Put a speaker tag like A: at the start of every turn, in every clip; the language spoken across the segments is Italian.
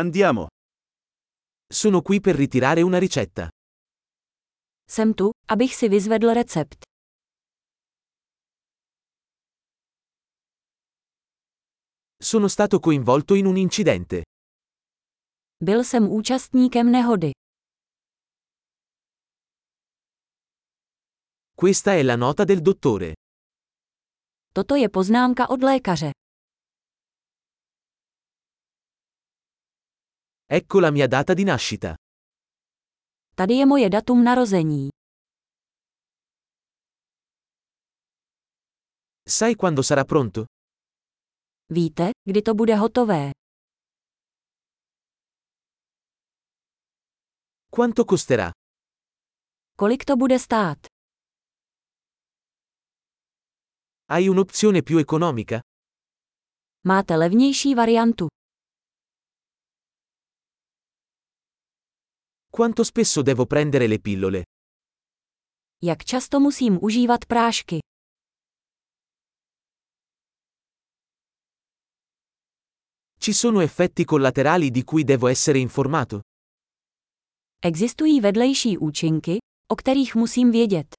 A: Andiamo. Sono qui per ritirare una ricetta.
B: Jsem tu, abych si vyzvedl recept.
A: Sono stato coinvolto in un incidente.
B: Byl jsem účastníkem nehody.
A: Questa è la nota del dottore.
B: Toto je poznámka od lékaře.
A: Ecco la mia data di nascita.
B: Tady je moje datum narození.
A: Sai quando sarà pronto?
B: Víte, kdy to bude hotové?
A: Quanto costerà?
B: Kolik to bude stát?
A: Hai un'opzione più economica?
B: Máte levnější variantu.
A: Quanto spesso devo prendere le pillole?
B: Jak často musím užívat prášky?
A: Ci sono effetti collaterali di cui devo essere informato?
B: Existují vedlejší účinky, o kterých musím vědět.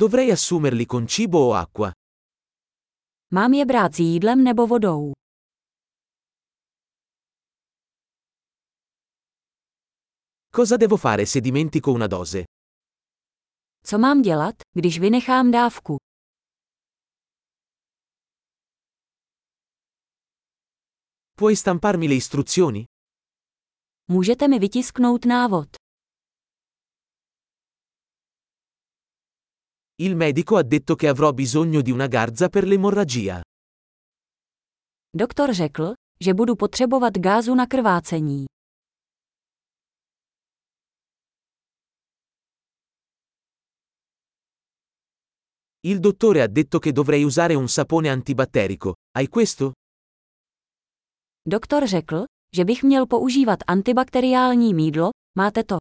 A: Dovrei assumerli con cibo o acqua?
B: Mám je brát s jídlem nebo vodou?
A: Cosa devo fare se dimentico una dose?
B: Co mám dělat, když vynechám dávku?
A: Puoi stamparmi le istruzioni?
B: Můžete mi vytisknout návod.
A: Il medico ha detto che avrò bisogno di una garza per l'emorragia.
B: Doktor řekl, že budu potřebovat gázu na krvácení.
A: Il dottore ha detto che dovrei usare un sapone antibatterico. Hai questo?
B: Doktor řekl, že bych měl používat antibakteriální mídlo, máte to.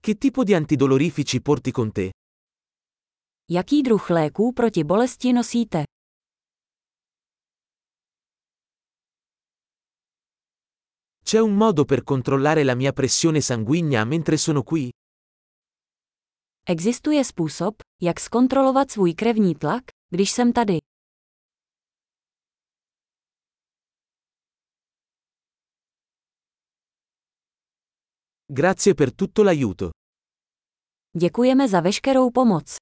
A: Che tipo di antidolorifici porti con te?
B: Jaký druh léků proti bolesti nosíte?
A: C'è un modo per controllare la mia pressione sanguigna mentre sono qui?
B: Existuje způsob, jak zkontrolovat svůj krevní tlak, když jsem tady.
A: Grazie per tutto l'aiuto.
B: Děkujeme za veškerou pomoc.